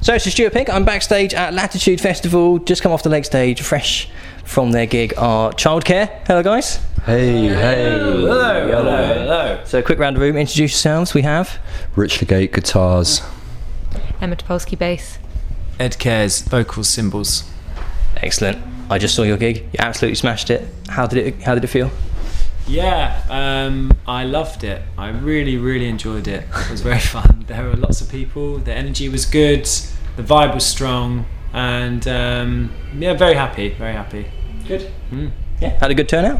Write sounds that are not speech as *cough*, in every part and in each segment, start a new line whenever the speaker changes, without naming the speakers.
So it's Stuart Pink. I'm backstage at Latitude Festival. Just come off the leg stage, fresh from their gig. Our childcare. Hello, guys.
Hey, hey.
Hello, hello, hello. So quick round of room. Introduce yourselves. We have.
Rich Legate guitars.
Emma Topolsky bass.
Ed Cares, vocals, cymbals.
Excellent. I just saw your gig. You absolutely smashed it. How did it? How did it feel?
Yeah, um, I loved it. I really, really enjoyed it. It was very *laughs* fun. There were lots of people. The energy was good. The vibe was strong. And um, yeah, very happy. Very happy. Good.
Yeah. Had a good turnout.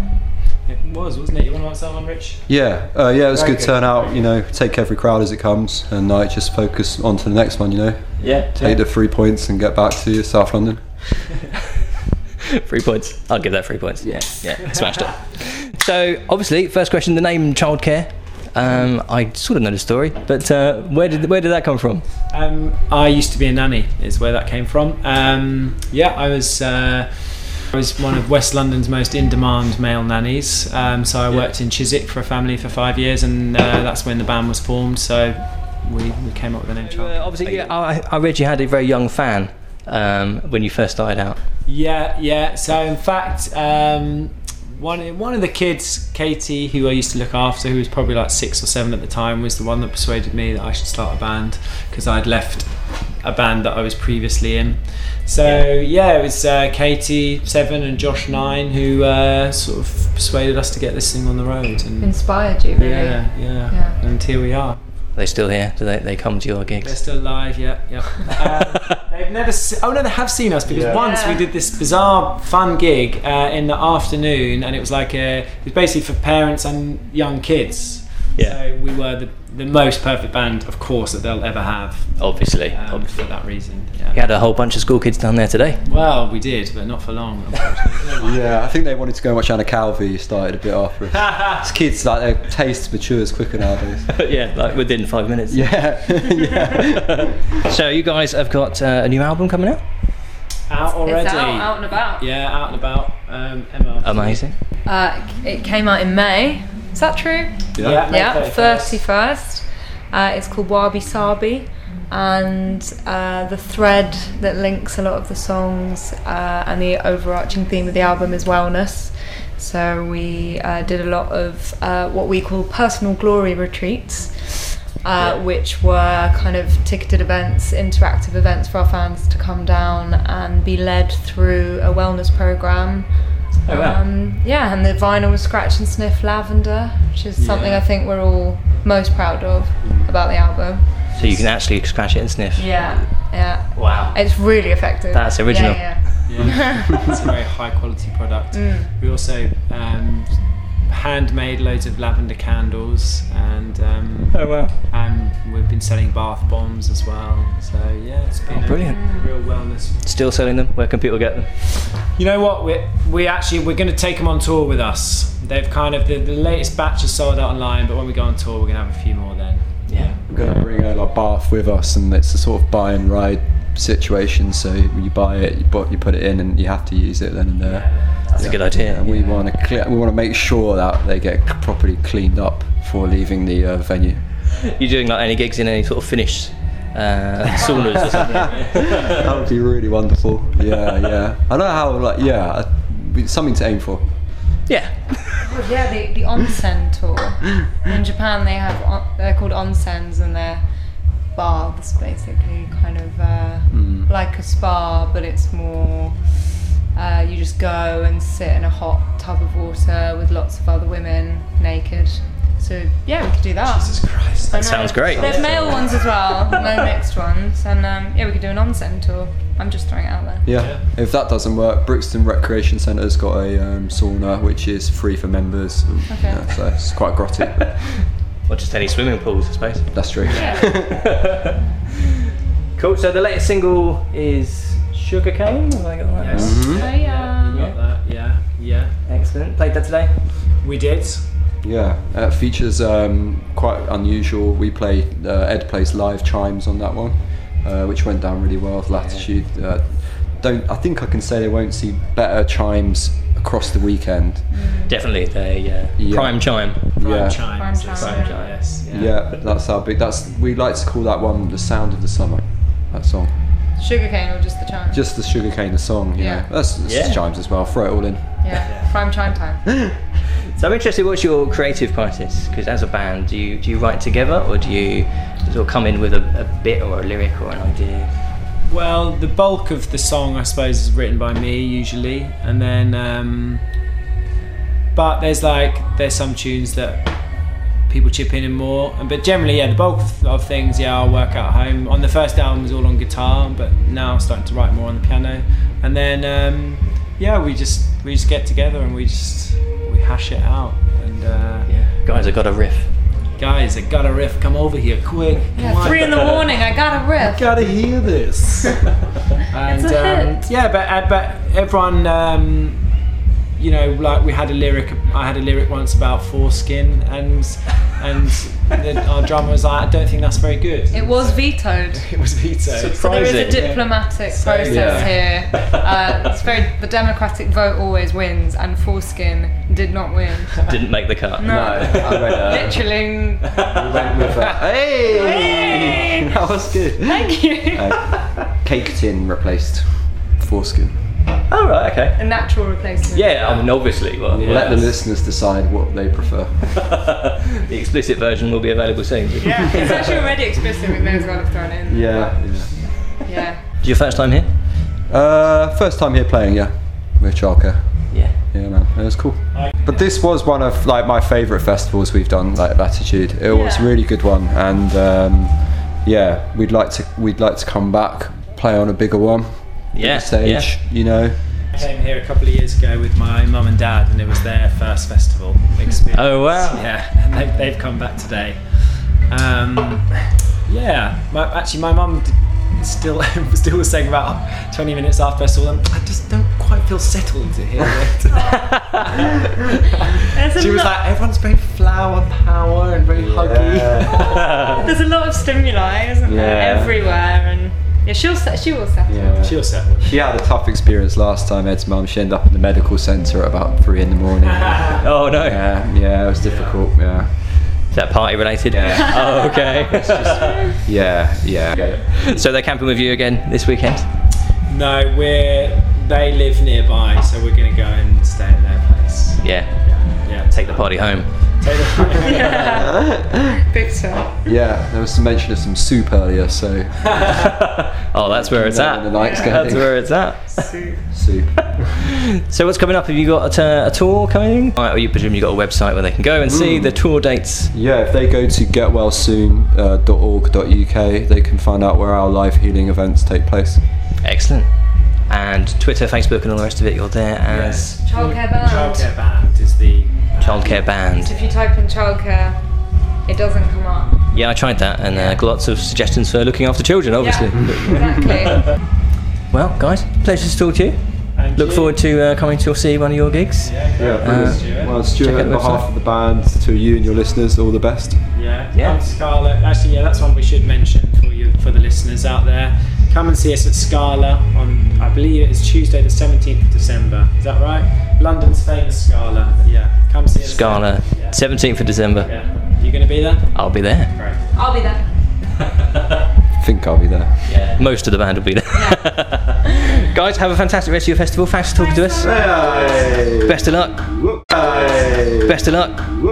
It was, wasn't it? You want to answer that one, Rich?
Yeah, uh, yeah, it was a
Very
good
good.
turnout. You know, take every crowd as it comes, and like just focus on to the next one. You know,
Yeah.
take the three points and get back to South London.
*laughs* three points. I'll give that three points. Yeah. Yeah. *laughs* Smashed it. So obviously, first question: the name childcare. Um, I sort of know the story, but uh, where did where did that come from?
Um, I used to be a nanny. Is where that came from. Um, yeah, I was. Uh, I was one of West London's most in-demand male nannies. Um, so I worked in Chiswick for a family for five years, and uh, that's when the band was formed. So we, we came up with the name. Child.
Uh, obviously, yeah, I, I read you had a very young fan um, when you first started out.
Yeah, yeah. So in fact, um, one one of the kids, Katie, who I used to look after, who was probably like six or seven at the time, was the one that persuaded me that I should start a band because I'd left a band that I was previously in. So yeah, it was uh, Katie seven and Josh nine who uh, sort of persuaded us to get this thing on the road. And
Inspired you, really.
yeah, yeah,
Yeah.
and here we are.
Are they still here? Do they, they come to your
They're
gigs?
still alive, yeah, yeah.
*laughs*
Um, they've never. Se- oh no, they have seen us because
Yeah.
once we did this bizarre fun gig uh, in the afternoon, and it was like a. It was basically for parents and young kids.
Yeah.
So we were the, the most perfect band, of course, that they'll ever have.
Obviously.
Um,
obviously.
for that reason. Yeah.
You had a whole bunch of school kids down there today.
Well, we did, but not for long.
*laughs*
unfortunately.
Yeah, I think they wanted to go and watch Anna Calvi. Started a bit after us. These kids like their taste matures quicker nowadays.
yeah, *laughs* like within five minutes.
Yeah, yeah.
So you guys have got uh, a new album coming out.
out already.
It's out, out and about.
Yeah, out and about. Um, Emma.
Amazing.
Uh, it came out in May. Is that true?
Yeah. May
yeah,
31st.
31st. Uh, it's called Wabi Sabi, and uh, the thread that links a lot of the songs uh, and the overarching theme of the album is wellness. So we uh, did a lot of uh, what we call personal glory retreats. Uh, which were kind of ticketed events, interactive events for our fans to come down and be led through a wellness program
Oh, wow.
um, yeah, and the vinyl was scratch and sniff lavender, which is something
Yeah. Mm.
I think we're all most proud of about the album.
So you can actually scratch it and sniff.
Yeah, yeah,
Wow.
it's really effective.
That's original.
Yeah, yeah.
Yeah. *laughs* it's a very high quality product. We also um, handmade loads of lavender candles and um,
Oh wow.
and we've been selling bath bombs as well. So yeah, it's been
Oh, brilliant.
a real wellness.
Still selling them? Where can people get them?
You know what? We we actually we're going to take them on tour with us. They've kind of the, the latest batch is sold out online, but when we go on tour, we're going to have a few more then.
Yeah.
We're gonna bring a like, bath with us, and it's a sort of buy and ride situation. So you buy it, you, bu- you put it in, and you have to use it then and there.
That's a good idea.
And we want to cle- we want to make sure that they get c- properly cleaned up before leaving the uh, venue.
You're doing like any gigs in any sort of Finnish uh, saunas or something?
*laughs* That would be really wonderful. Yeah, yeah. I know how. Like, yeah, uh, it's something to aim for.
Yeah.
Well, yeah, the, the onsen
*gasps*
tour in Japan they have on, they're called onsens and they're baths basically, kind of uh,
Mm.
like a spa, but it's more. Uh, you just go and sit in a hot tub of water with lots of other women naked. So yeah, we could do that.
Jesus Christ.
I know.
sounds great.
There's male ones
*laughs*
as well, no mixed ones, and um, yeah, we could do an onsen tour. I'm just throwing it out there.
Yeah.
Yeah.
If that doesn't work, Brixton Recreation Centre's got a um, sauna which is free for members.
Okay.
Yeah, so it's quite *laughs* grotty. but
Or just any swimming pools, I suppose.
that's true.
Cool. So the latest single is Sugarcane. Have I got that?
Yes.
Mhm.
Yeah,
Hiya.
yeah, you got that. Yeah, yeah.
Excellent. Played that today.
We did.
Yeah, uh, features um, quite unusual. We play uh, Ed plays live chimes on that one, uh, which went down really well with Latitude. Uh, don't I think I can say they won't see better chimes across the weekend.
Definitely the uh,
Yeah.
prime chime.
Prime
yeah,
chime.
Prime
so it's
chime.
like, Yes.
yeah, that's our big. That's we like to call that one the sound of the summer. That song.
Sugarcane or just the chime?
Just the sugarcane, the song. You
Yeah.
know. That's, that's
Yeah.
chimes as well. Throw it all in.
yeah. Prime chime time.
*laughs*
So I'm interested. What's your creative practice? Because as a band, do you do you write together, or do you sort of come in with a, a bit or a lyric or an idea?
Well, the bulk of the song, I suppose, is written by me usually, and then, um, but there's like there's some tunes that people chip in and more, and but generally, yeah, the bulk of, of things, yeah, I'll work out at home. On the first album was all on guitar, but now I'm starting to write more on the piano, and then, um, yeah, we just we just get together and we just we hash it out, and uh,
Guys, I got a riff.
guys, I got a riff, come over here quick. come
Yeah,
on.
three in the morning, I got a riff.
Gotta hear
*laughs*
this. and
It's a
um,
hit.
yeah, but uh, but everyone, um, you know, like we had a lyric. I had a lyric once about foreskin, and
*laughs*
and the, our drummer was like, I don't think that's very good.
It was vetoed.
It was vetoed.
So there is a
Surprising.
diplomatic process
Yeah. *laughs*
here. Uh, it's very the democratic vote always wins, and foreskin did not win.
*laughs*
Didn't make the cut.
No.
I went, uh, *laughs*
Literally.
we
*laughs*
went with uh, hey!
Hey!
*laughs* that was good.
Thank you.
Uh, cake tin replaced foreskin.
Oh right, okay.
a natural replacement.
Yeah, I mean obviously. Well,
Yeah.
Let the
Yes.
listeners decide what they
*laughs*
prefer.
*laughs* the explicit version will be available soon.
Yeah,
*laughs*
it's actually already explicit. We may as well have thrown it in.
Yeah.
Yeah.
Your first time here?
Uh, first time here playing, yeah, with Chalker.
Yeah.
Yeah, man, it was cool. But this was one of like my favourite festivals we've done, like Latitude. It was a
Yeah.
really good one, and um, yeah, we'd like to we'd like to come back, play on a bigger one,
Yeah.
bigger stage, you know.
I came here a couple of years ago with my mum and dad, and it was their first festival experience.
Oh, wow.
Yeah, and they've, they've come back today. Um, yeah, my, actually, my mum d- still *laughs* still was saying about 20 minutes after I saw them, I just don't quite feel settled
*laughs*
to hear it.
There's a,
she was
lot,
like, everyone's very flower power and very
*laughs*
huggy.
Yeah.
*laughs* there's a lot of stimuli, isn't there?
Yeah.
Everywhere, and yeah, she'll se- she will settle.
She was settled.
Uh, She had a tough experience last time, Ed's mum. She ended up in the medical centre at about three in the
*laughs*
morning. yeah,
*laughs* oh no.
yeah, it was difficult. Yeah,
Is that party related?
Yeah.
*laughs* Oh, okay.
yeah, yeah.
so they're camping with you again this weekend?
No, we're they live nearby, so we're gonna go and stay at their place.
Yeah.
Yeah,
Take the party home.
Take
*laughs*
the
Big time.
Yeah, there was some mention of some soup earlier, so
Oh, that's where it's
you know where
at.
the night's going.
That's where it's at.
Soup.
soup.
So what's coming up? Have you got a, a tour coming? Or you presume you've got a website where they can go and see the tour dates.
Yeah, if they go to getwellsoon.org.uk, they can find out where our live healing events take place.
Excellent. And Twitter, Facebook, and all the rest of it, you're there as
Childcare band.
Childcare band is the uh,
Childcare Band.
If you type in childcare, it doesn't come up.
Yeah, I tried that, and uh, got lots of suggestions for looking after children, obviously.
Yeah, exactly.
Well, guys, pleasure to talk to you.
And
Look
you-
forward to uh, coming to see one of your gigs.
Yeah,
Yeah,
brilliant.
Stuart.
Uh, well,
Check
Stuart,
out
on
the
behalf
website.
of the band, to you and your listeners, all the best.
Yeah,
Yeah.
yeah. Scala. Actually, yeah, that's one we should mention for you for the listeners out there. Come and see us at Scala on, I believe it's Tuesday, the seventeenth of December. Is that right? London's famous Scala. Yeah, come see us.
Scala,
Yeah.
17th of December.
there. Yeah, you gonna be there?
I'll be there.
Great.
I'll be there.
I think I'll be there.
Yeah.
Most of the band will be there. *laughs* Guys, have a fantastic rest of your festival. Thanks for talking to us. Best of luck. Best of luck.